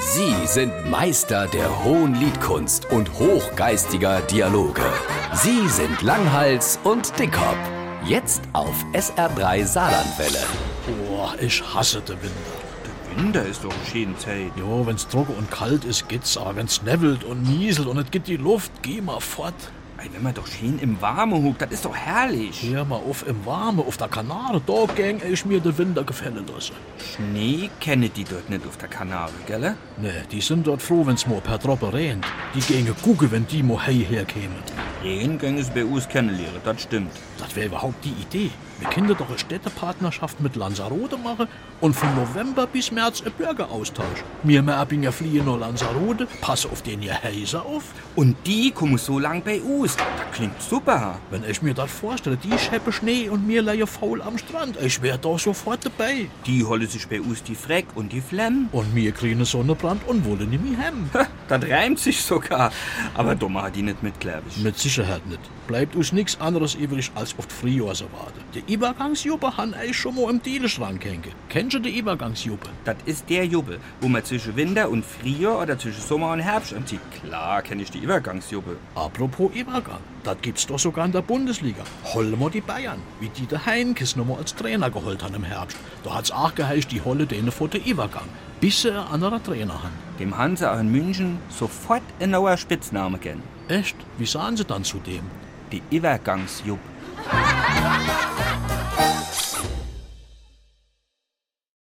Sie sind Meister der hohen Liedkunst und hochgeistiger Dialoge. Sie sind Langhals und Dickhop. Jetzt auf SR3 Saarlandwelle. Boah, ich hasse den Winter. Winter ist doch jeden Zeit. Jo, wenn's trocken und kalt ist, geht's, aber wenn's nevelt und nieselt und es gibt die Luft, geh mal fort. Ey, wenn man doch schön im Warmen huckt, das ist doch herrlich. Hier mal auf im Warme, auf der Kanare, da gäng ich mir den Winter gefällt lassen. Schnee kennen die dort nicht auf der Kanare, gell? Ne, die sind dort froh, wenn's mal per Droppe rennt. Die gänge gucken, wenn die mal hey herkämen. Den können sie bei uns kennenlernen, das stimmt. Das wäre überhaupt die Idee. Wir könnten doch eine Städtepartnerschaft mit Lanzarote machen und von November bis März einen Bürgeraustausch. Wir Merbinger fliehen nach Lanzarote, pass auf den ihr Häuser auf. Und die kommen so lang bei uns. Das klingt super. Wenn ich mir das vorstelle, die scheppe Schnee und mir leie faul am Strand, ich wär da sofort dabei. Die holen sich bei uns die Freck und die Flemm. Und mir kriegen Sonnenbrand und wollen nicht mehr hemm. Das reimt sich sogar. Aber dumm hat die nicht mit, glaub ich. Mit Sicherheit nicht. Bleibt uns nichts anderes übrig, als auf die Frühjahre warten. Der Übergangsjuppe han ich schon mal im Dieleschrank hängen. Kennst du die Übergangsjuppe? Das ist der Jubel, wo man zwischen Winter und Frühjahr oder zwischen Sommer und Herbst anzieht. Klar kenne ich die Übergangsjuppe. Apropos Übergang, das gibt's doch sogar in der Bundesliga. Holle mal die Bayern, wie die der Heinkes nochmal als Trainer geholt han im Herbst. Da hat's auch geheißt, die Holle denen vor der Übergang. Bis sie ein anderer Trainer han. Dem Hansa auch in München sofort ein neuer Spitzname kennen. Echt? Wie sahen sie dann zu dem? Die Übergangsjuppe.